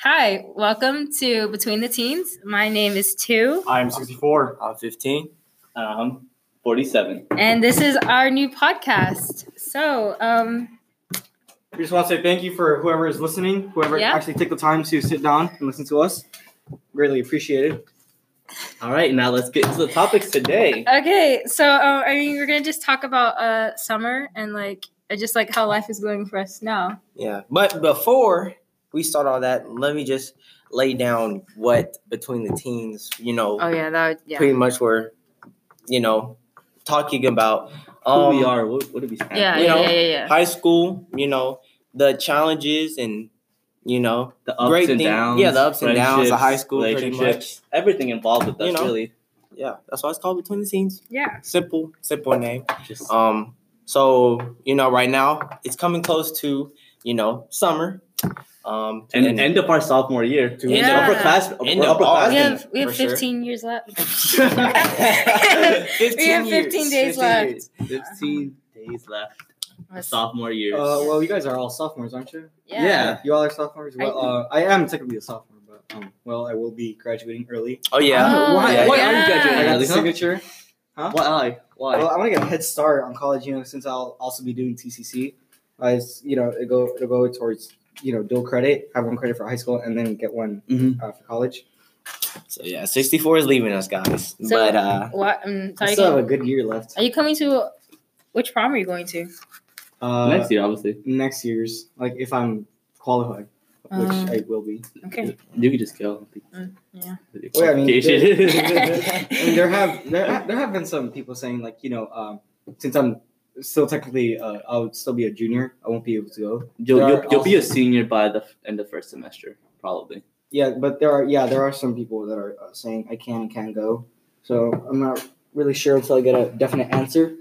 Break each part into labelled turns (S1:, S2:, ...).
S1: Hi, welcome to Between the Teens. My name is Tu,
S2: I'm 64.
S3: I'm 15.
S4: Um, 47.
S1: and this is our new podcast. So, um,
S2: We just want to say thank you for whoever is listening, whoever
S1: Yeah.
S2: actually took the time to sit down and listen to us. Greatly appreciated. Uh,
S4: All right, now let's get into the topics today.
S1: okay, so uh, I mean, we're gonna just talk about uh summer and like uh, just like how life is going for us now.
S3: Yeah. But before we start all that, let me just lay down what between the teens, you know,
S1: Oh yeah, that would, yeah,
S3: pretty much were, you know, talking about.
S4: Who
S3: Um,
S4: we are, what, what do we stand
S1: yeah,
S4: for?
S3: you
S1: yeah,
S3: know,
S1: yeah, yeah,
S3: High school, you know, the challenges and, you know,
S4: The ups
S3: Great
S4: and
S3: thing-
S4: downs.
S3: yeah, the ups and downs of high
S4: friendships,
S3: school, pretty much.
S4: relationships, Everything involved with us,
S3: You know.
S4: really.
S3: yeah, that's why it's called Between the Teens.
S1: yeah.
S3: Simple, simple name.
S4: Just
S3: Um, so you know, right now it's coming close to you know summer. Um,
S4: and the end of our sophomore year. To
S1: Yeah.
S4: upper class, upper,
S3: End of all-
S4: class.
S1: We
S3: Yeah.
S1: have we have
S3: For sure.
S1: fifteen years left. We
S3: 15
S1: have 15 days left.
S3: years.
S4: 15 days left. Sophomore year.
S2: Uh, well, you guys are all sophomores, aren't you?
S1: yeah.
S4: yeah.
S2: You all are sophomores.
S1: I-
S2: Well, uh, I am technically a sophomore, but um, well, I will be graduating early.
S3: Oh yeah,
S1: Oh,
S2: Why-
S4: why
S1: yeah.
S4: are you graduating
S2: I got
S4: early,
S2: the
S4: huh?
S2: signature.
S4: Why? Why?
S3: uh,
S2: Well, I want to get a head start on college, you know, since I'll also be doing TCC. I, s- you know, it go it'll go towards you know dual credit. Have one credit for high school and then get one
S4: Mhm.
S2: uh, for college.
S3: so yeah, sixty four is leaving us, guys.
S1: So-
S3: but uh,
S1: What? Um, so
S2: I
S1: are, you
S2: still have a
S1: going,
S2: good year left.
S1: are you coming to? Which prom are you going to?
S2: Uh,
S4: Next year, obviously.
S2: next year's, like if I'm qualified, which
S1: Um,
S2: I will be.
S1: Okay. Mm,
S4: You could just kill.
S1: yeah.
S2: Well, I mean,
S4: Complication.
S2: I mean, there have there, ha- there have been some people saying like you know, um, since I'm still technically uh, I'll still be a junior, I won't be able to go.
S4: you'll,
S2: There
S4: you'll,
S2: are
S4: you'll be a
S2: also-
S4: senior by the f- end of first semester, probably.
S2: Yeah, but there are yeah there are some people that are uh, saying I can and can go, so I'm not really sure until I get a definite answer.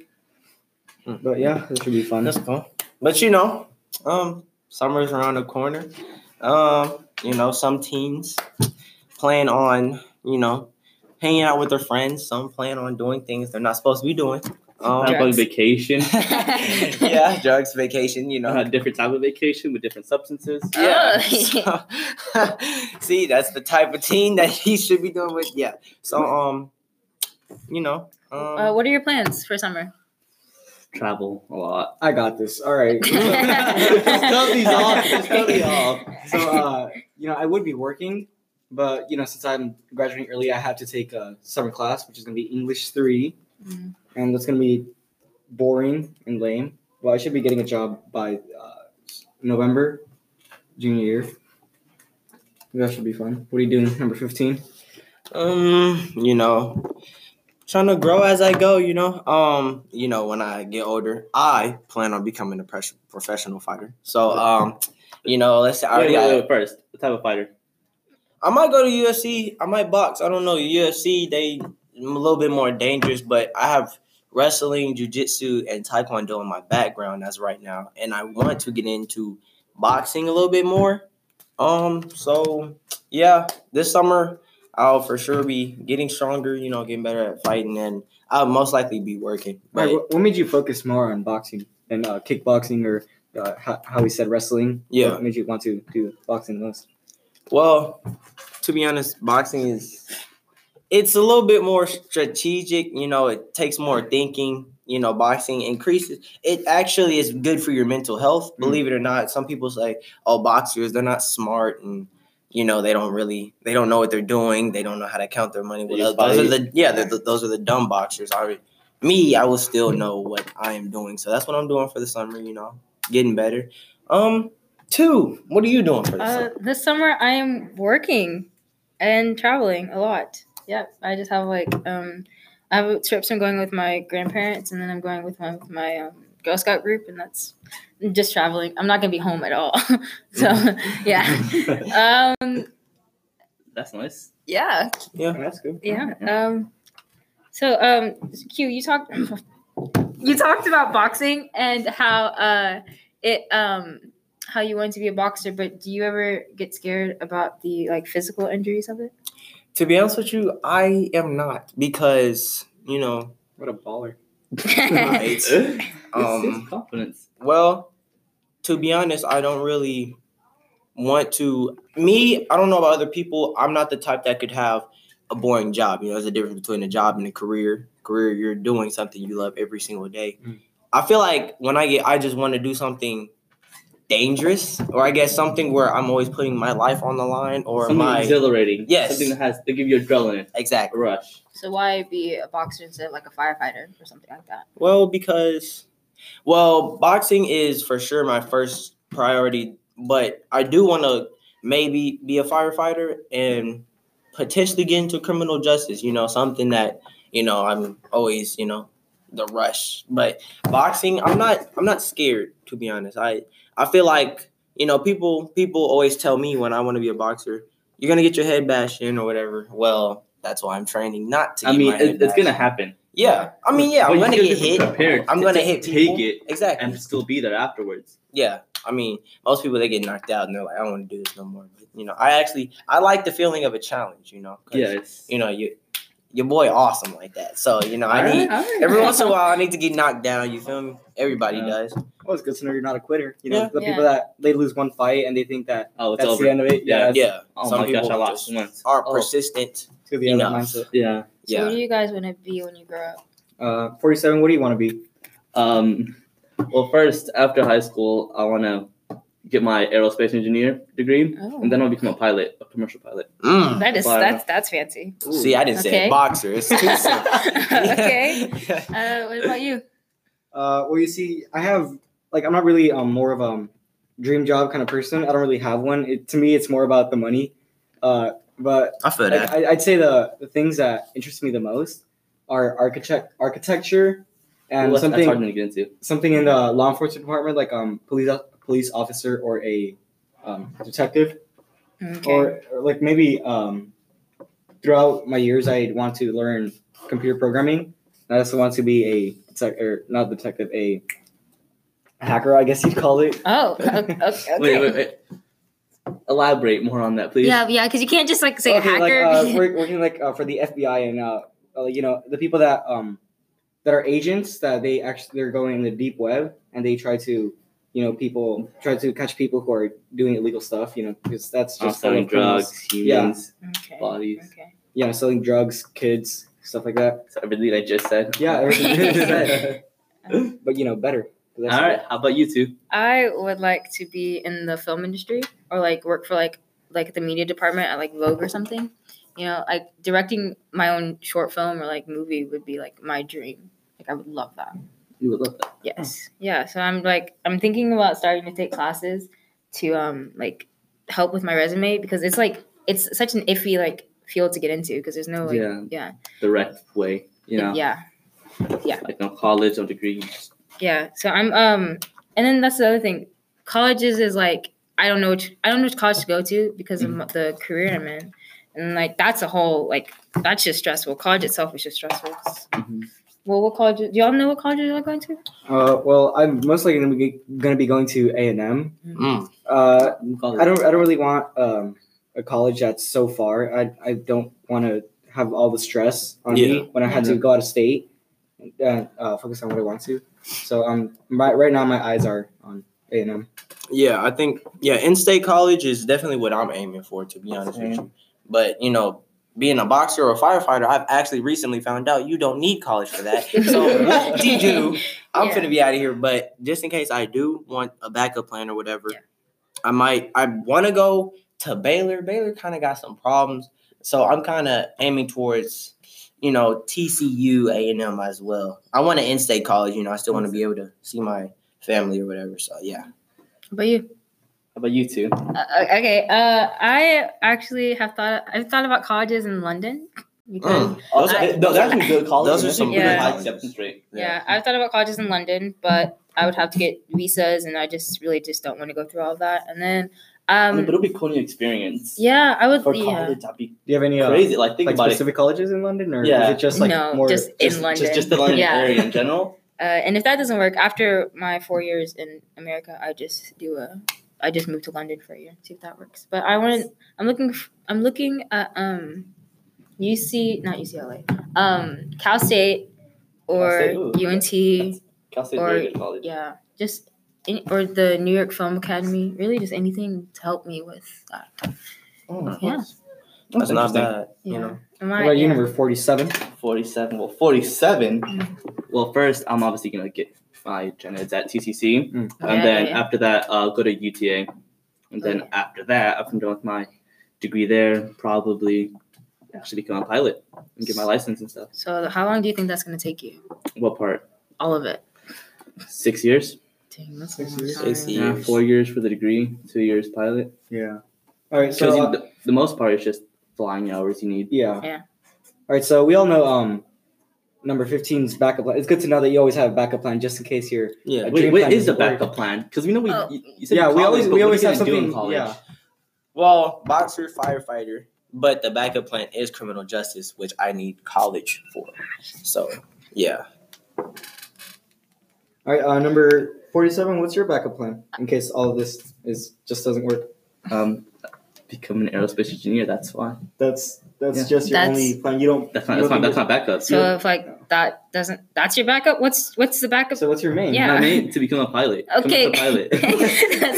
S3: Hmm.
S2: Mm, But yeah, this should be fun.
S3: that's cool. But you know, um, summer's around the corner. Um, you know, some teens plan on you know hanging out with their friends. Some plan on doing things they're not supposed to be doing. Um,
S4: I'm going
S1: Drugs.
S4: vacation.
S3: yeah, drugs, vacation, you know.
S4: uh, different type of vacation with different substances.
S3: Yeah.
S1: Oh.
S3: So- see, that's the type of team that he should be doing with. Yeah. So um, you know, um,
S1: Uh, what are your plans for summer?
S4: Travel a lot.
S2: I got this. All right.
S4: just cut these off. Just cut these off.
S2: so uh, you know, I would be working, but you know, since I'm graduating early, I have to take a summer class, which is going to be English three,
S1: Mhm.
S2: and that's going to be boring and lame. Well, I should be getting a job by uh, November, junior year. That should be fun. What are you doing, number fifteen?
S3: um, you know, trying to grow as I go. You know, um, you know, when I get older, I plan on becoming a pres- professional fighter. So um, you know, let's say I
S4: Wait,
S3: already
S4: wait,
S3: got-
S4: wait, first, what type of fighter?
S3: I might go to UFC. I might box. I don't know. UFC, they a little bit more dangerous, but I have wrestling, jujitsu, and taekwondo in my background as right now, and I want to get into boxing a little bit more. Um, so yeah, this summer I'll for sure be getting stronger. You know, getting better at fighting, and I'll most likely be working.
S2: All
S3: But
S2: right, what, what made you focus more on boxing than uh, kickboxing or uh, how, how we said wrestling?
S3: Yeah.
S2: What made you want to do boxing the most?
S3: Well, to be honest, boxing is it's a little bit more strategic, you know, it takes more thinking, you know, boxing increases it actually is good for your mental health,
S4: Mm-hmm.
S3: believe it or not. Some people say, "Oh, boxers, they're not smart and you know, they don't really they don't know what they're doing. They don't know how to count their money."
S4: They
S3: Well,
S4: just
S3: those are
S4: fight.
S3: the yeah, they're the, those are the dumb boxers. I re- me, I will still know what I am doing. So that's what I'm doing for the summer, you know, getting better. Um, two, what are you doing for the summer?
S1: Uh, this summer I am working and traveling a lot. Yep, I just have like um, I have trips I'm going with my grandparents, and then I'm going with my with my um, Girl Scout group, and that's I'm just traveling. I'm not gonna be home at all. so
S3: Mm-hmm.
S1: yeah, um,
S4: That's nice.
S1: yeah,
S2: Oh, That's good.
S1: yeah. Um, so um, Q, you talked you talked about boxing and how uh it um how you wanted to be a boxer, but do you ever get scared about the like physical injuries of it?
S3: To be honest with you, I am not because you know.
S2: What a baller.
S3: I-
S4: It's, it's
S3: Um,
S4: confidence.
S3: well, to be honest, I don't really want to me, I don't know about other people. I'm not the type that could have a boring job. You know, there's a difference between a job and a career. Career, you're doing something you love every single day.
S2: Mm.
S3: I feel like when I get I just want to do something dangerous or I guess something where I'm always putting my life on the line or
S4: Something
S3: my
S4: exhilarating.
S3: Yes.
S4: Something that has to give you adrenaline
S3: exactly.
S4: rush.
S1: So why be a boxer instead of like a firefighter or something like that?
S3: Well, because well, boxing is for sure my first priority, but I do want to maybe be a firefighter and potentially get into criminal justice, you know, something that, you know, I'm always, you know, the rush. But boxing, I'm not I'm not scared to be honest. I I feel like, you know, people people always tell me when I want to be a boxer, you're going to get your head bashed in or whatever. Well, that's why I'm training not to
S4: I
S3: get
S4: mean,
S3: my head
S4: it, it's
S3: bashed.
S4: gonna happen.
S3: Yeah, I mean, yeah,
S4: But
S3: I'm
S4: you
S3: gonna
S4: gotta
S3: get
S4: be
S3: hit.
S4: prepared
S3: I'm
S4: to
S3: gonna
S4: ta-
S3: hit
S4: take
S3: people.
S4: it
S3: Exactly.
S4: and still be there afterwards.
S3: yeah, I mean, most people they get knocked out and they're like, I don't want to do this no more. But you know, I actually I like the feeling of a challenge. You know, 'cause,
S4: Yeah, it's
S3: you know you your boy awesome like that. So you know, I need every once in a while I need to get knocked down. You feel me? Everybody
S4: Yeah.
S3: does.
S2: Well, it's good to know you're not a quitter. You know,
S3: Yeah.
S2: the
S1: Yeah.
S2: people that they lose one fight and they think that
S4: oh, it's
S2: that's
S4: over.
S2: the end of it.
S4: Yeah.
S2: Yeah,
S3: Yeah,
S4: oh
S3: some
S4: my gosh, I
S3: people
S4: lost
S3: just
S4: once.
S3: are
S2: Oh.
S3: persistent.
S2: it's good the other
S3: Enough.
S2: mindset.
S4: Yeah.
S1: So what
S3: Yeah,
S1: do you guys want to be when you grow up?
S2: Uh, 47. What do you want to be?
S4: Um. Well, first after high school, I wanna get my aerospace engineer degree,
S1: Oh,
S4: and then I'll become a pilot, a commercial pilot.
S3: Mm.
S1: that is
S4: Fire.
S1: that's that's fancy.
S2: Ooh.
S3: See, I didn't say
S1: Okay.
S3: it. boxer. It's too soon.
S1: Okay. Uh, what about you?
S2: Uh, well, you see, I have like I'm not really um more of a dream job kind of person. I don't really have one. It, to me, it's more about the money. Uh, but
S3: I feel
S2: like,
S4: uh,
S3: that.
S2: I, I'd say the, the things that interest me the most are architect architecture and
S4: Ooh, that's, that's hard
S2: something
S4: to get into.
S2: something in the law enforcement department, like um police police officer or a um, detective,
S1: Okay.
S2: or, or like maybe um throughout my years, I would want to learn computer programming. I also want to be a detec- or not detective, a hacker, I guess you'd call it.
S1: oh, okay. okay.
S4: Wait, wait, wait. Elaborate more on that, please.
S1: Yeah, yeah, because you can't just like say
S2: okay,
S1: hacker.
S2: like uh, work, working like uh, for the FBI and uh, uh, you know the people that um that are agents that they actually they're going in the deep web and they try to you know people try to catch people who are doing illegal stuff you know because that's
S4: on
S2: just
S4: selling
S2: how criminals-
S4: drugs, humans,
S1: okay.
S4: bodies,
S1: Okay.
S2: yeah selling drugs kids stuff like that
S4: so everything I just said.
S2: yeah everything you just said.
S1: Um,
S2: but you know better 'Cause that's-
S4: All right. How about you two?
S1: I would like to be in the film industry or like work for like like the media department at like Vogue or something. You know, like directing my own short film or like movie would be like my dream. Like I would love that.
S4: You would love that.
S1: Yes. Yeah. So I'm like I'm thinking about starting to take classes to um like help with my resume because it's like it's such an iffy like field to get into because there's no like yeah.
S4: yeah. Direct way. You know,
S1: yeah.
S4: like no college, no degree. you just-
S1: Yeah. So I'm um and then that's the other thing. Colleges is like I don't know which I don't know which college to go to because
S4: Mm-hmm.
S1: of m the career I'm in. And like that's a whole like that's just stressful. College itself is just stressful.
S4: Mhm.
S1: Well, what college do y'all know what college you're going to?
S2: uh, well i'm most likely gonna be gonna be going to a&m
S3: Mm.
S2: uh,
S4: College.
S2: I don't. I don't really want um, a college that's so far. I I don't want to have all the stress on
S3: Yeah.
S2: me when I
S4: Mm-hmm.
S2: had to go out of state and uh, focus on what I want to. So um, my, right now my eyes are on A and M.
S3: Yeah, I think yeah, in-state college is definitely what I'm aiming for, to be honest with you. But you know, being a boxer or a firefighter, I've actually recently found out you don't need college for that. So what do you do? I'm
S1: Yeah.
S3: gonna be out of here. But just in case I do want a backup plan or whatever,
S1: Yeah.
S3: I might I want to go to Baylor. Baylor kind of got some problems, so I'm kind of aiming towards you know TCU, A and M as well. I want to in-state college. You know, I still want to be able to see my family or whatever. So yeah.
S1: But you?
S4: How about you two?
S1: Uh, okay. Uh, I actually have thought I've thought about colleges in London because
S3: Mm.
S4: Also,
S1: I-
S4: those are some good colleges.
S3: Those are some
S1: good
S4: good high
S3: colleges.
S4: acceptance rate.
S1: Yeah, I've thought about colleges in London, but I would have to get visas, and I just really just don't want to go through all of that. And then,
S4: I mean,
S1: um,
S4: but it'll be cool new experience.
S1: yeah, I would.
S4: For
S1: Yeah,
S4: college, that'd be
S2: Do you have any uh,
S4: crazy. Like, think
S2: like
S4: about it.
S2: specific colleges in London, or
S4: Yeah.
S2: is it just like
S1: no,
S2: more?
S1: just in
S4: Just-
S1: London.
S4: Just, just the London
S1: Yeah.
S4: area in general.
S1: uh, and if that doesn't work, after my four years in America, I just do a, I just moved to London for a year, see if that works. But I want, I'm looking, f- I'm looking at um, UC, not UCLA, um, Cal State
S4: Cal
S1: or
S4: State, ooh,
S1: UNT.
S4: Cal State's
S1: Or-
S4: very good college.
S1: Yeah, just any- or the New York Film Academy. Really, just anything to help me with that.
S4: Oh,
S1: Yeah.
S3: That's not
S2: interesting.
S3: bad.
S1: Yeah.
S3: You know,
S1: Am
S2: What
S1: I-
S2: about you,
S1: yeah.
S2: number forty-seven?
S4: 47. Well, 47.
S1: Mm.
S4: Well, first, I'm obviously going to get my gen eds at TCC.
S2: Mm.
S1: Yeah,
S4: And then
S1: yeah.
S4: after that, I'll go to UTA. And then
S1: Okay.
S4: after that, after I'm done with my degree there, probably actually become a pilot and get my license and stuff.
S1: So how long do you think that's gonna take you?
S4: What part?
S1: All of it.
S4: Six years?
S1: Dang, that's
S2: Six
S1: a long
S2: years.
S1: time.
S3: Six
S4: Yeah,
S3: Years.
S4: four years for the degree, two years pilot.
S2: Yeah. All right. So
S4: Because
S2: uh,
S4: the, the most part is just flying hours you need.
S2: yeah.
S1: Yeah.
S2: All right. So we all know um, number 15's backup plan. It's good to know that you always have a backup plan just in case you're.
S3: yeah.
S2: dream
S4: Wait, what
S2: plan
S4: is the
S2: doesn't work.
S4: backup plan? Because we know we
S1: Oh.
S4: you, you said
S2: Yeah, we
S4: college,
S2: always-
S4: but
S2: we
S4: what
S2: always
S4: are you
S2: have
S4: gonna do in
S2: something-
S4: college?
S2: yeah.
S3: Well, boxer, firefighter, but the backup plan is criminal justice, which I need college for. So, yeah.
S2: All right. Uh, number forty-seven. What's your backup plan in case all of this is just doesn't work?
S4: Um, become an aerospace engineer. That's why.
S2: That's that's
S4: Yeah.
S2: just your
S1: That's-
S2: only plan. You don't.
S4: That's not.
S2: you
S4: That's
S2: don't
S4: not. That's
S2: think
S4: not backup.
S1: So if like that doesn't, that's your backup. What's what's the backup?
S2: you're- So what's your main?
S1: Yeah.
S4: I mean, to become a pilot. Become
S1: Okay.
S4: a pilot.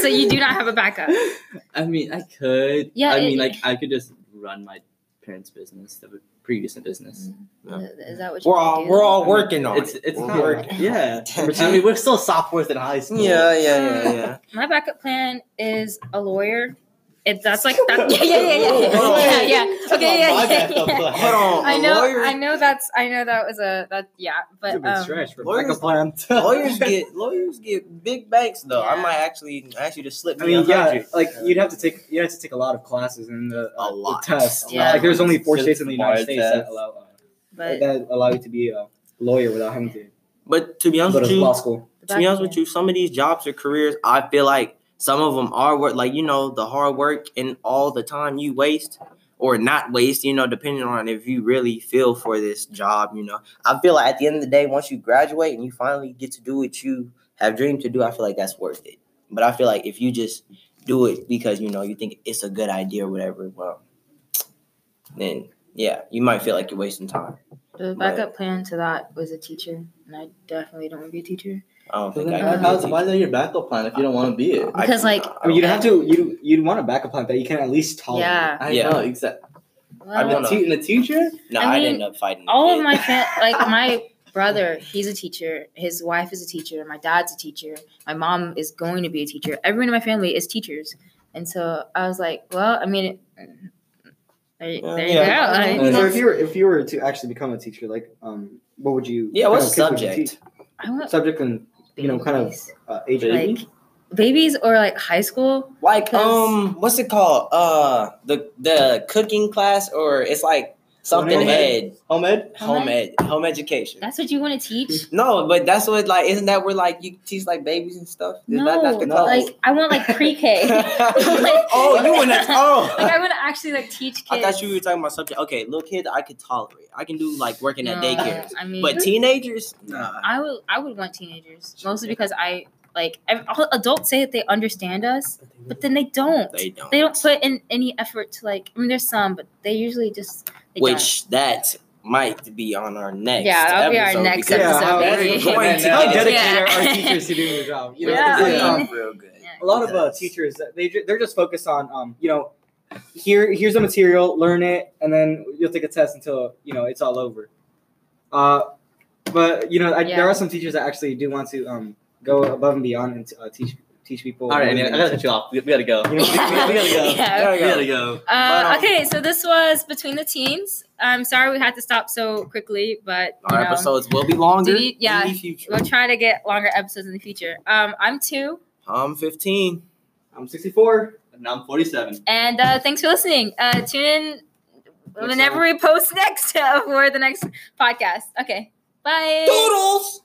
S1: so you do not have a backup.
S4: I mean, I could.
S1: Yeah,
S4: I mean,
S1: it-
S4: like, I could just run my parents' business, the previous business.
S3: Yeah.
S1: Is that what
S3: We're
S1: you're
S3: all we're all working on
S4: It's
S3: it.
S4: it's
S3: We're
S4: not.
S3: working.
S4: Yeah. I mean, we're still sophomores in high school.
S3: Yeah, yeah, yeah, yeah.
S1: My backup plan is a lawyer. If that's like that, yeah, yeah, yeah, yeah,
S3: Hold on.
S1: yeah, yeah. Okay, yeah,
S4: My
S1: yeah,
S4: backup
S1: yeah.
S4: plan.
S3: Hold on.
S1: I
S3: a
S1: know,
S3: lawyer-
S1: I know that's, I know that was a that, yeah,
S2: It's a
S1: but
S2: big
S1: um,
S2: stretch for
S3: lawyers-
S2: backup plan.
S3: lawyers get lawyers get big banks though. I
S1: Yeah.
S3: might actually ask you to slip.
S2: I
S3: me
S2: mean,
S3: a
S2: yeah,
S3: hundred.
S2: like you'd have to take you would have to take a lot of classes and the,
S3: A
S2: uh,
S3: lot.
S2: the tests.
S1: Yeah.
S2: Like there's only four
S4: Just
S2: states in the United
S4: bar
S2: States that
S4: tests.
S2: allow uh,
S1: but
S2: that allow you to be a lawyer without having to
S3: But to be honest
S2: go
S3: with
S2: to
S3: you,
S2: law school.
S1: the
S3: to be honest
S1: backup-
S3: with you, some of these jobs or careers, I feel like some of them are worth, like you know, the hard work and all the time you waste or not waste, you know, depending on if you really feel for this job, you know. I feel like at the end of the day, once you graduate and you finally get to do what you have dreamed to do, I feel like that's worth it. But I feel like if you just do it because you know you think it's a good idea or whatever, well, then yeah, you might feel like you're wasting time.
S1: The backup plan to that was a teacher, and I definitely don't want to be a teacher.
S3: I don't think I
S1: how-
S3: can
S1: how's-
S3: do it.
S4: why is that your backup plan if you don't want to be it?
S3: I-
S1: Because, like-
S2: I mean, you'd have to you you'd want a backup plan that you can at least tolerate.
S1: Yeah,
S4: I
S3: Yeah.
S4: know exactly.
S1: well,
S3: I don't know.
S4: the teacher?
S3: No,
S1: I
S3: I,
S1: mean,
S3: ended up fighting. the
S1: all of
S3: kid.
S1: my fa- like my brother he's a teacher his wife is a teacher my dad's a teacher my mom is going to be a teacher everyone in my family is teachers and so i was like well i mean there, there you
S3: Yeah.
S1: go
S2: So
S1: Like,
S2: if you were if you were to actually become a teacher, like um, what would you?
S3: Yeah, what's
S2: kind of kids would you
S3: subject?
S1: i want
S2: teach? Subject and you know, kind of-
S1: babies.
S2: uh, age.
S4: Baby?
S1: like babies or like high school
S3: Like
S1: 'Cause-
S3: um, what's it called? Uh, the the cooking class or it's like something
S2: Home ed?
S3: ed,
S4: Home ed?
S3: home ed, home education.
S1: that's what you want to teach
S3: No, but that's what like isn't that where like you teach like babies and stuff? Is
S1: no
S3: that, that's the class.
S1: like i want like pre-k
S3: oh, you want to?
S1: like
S3: Oh.
S1: i want to actually like teach kids
S3: I thought you were talking about subject. Okay, little kid, I could tolerate. I can do like working at
S1: No,
S3: daycare.
S1: i mean
S3: But teenagers, nah.
S1: I would I would want teenagers mostly because I like ev- all adults say that they understand us, but then they don't.
S3: They don't.
S1: They don't put in any effort to like. I mean, there's some, but they usually just. They
S3: Which that might be on our next.
S1: Yeah, that'll be our
S3: episode
S1: next
S3: because
S2: episode.
S3: we're
S1: That's
S3: going
S4: important.
S3: to
S2: How
S3: get
S2: dedicated
S1: Yeah.
S2: are teachers to doing their job? You know,
S1: Yeah,
S2: it's like,
S1: I
S2: um,
S1: mean-
S3: real good.
S1: Don't.
S2: a lot of uh, teachers they ju- they're just focused on um you know here here's the material learn it and then you'll take a test until you know it's all over uh but you know I,
S1: Yeah.
S2: there are some teachers that actually do want to um go above and beyond and uh, teach teach people
S4: All right,
S2: more
S4: anyway, I
S2: than-
S4: gotta cut you off. We, we gotta go.
S2: You know, we- we- we gotta go.
S1: Yeah.
S4: We gotta go.
S1: Uh,
S3: But, um,
S1: okay, so this was between the teens. I'm sorry we had to stop so quickly, but you
S3: Our
S1: know,
S3: episodes will be longer.
S1: Do you- yeah.
S3: In the future.
S1: we'll try to get longer episodes in the future. Um, I'm two,
S3: I'm 15.
S2: i'm 64
S4: And I'm 47.
S1: and uh, thanks for listening. Uh, tune in whenever we post next uh, for the next podcast. Okay, bye.
S3: Doodles!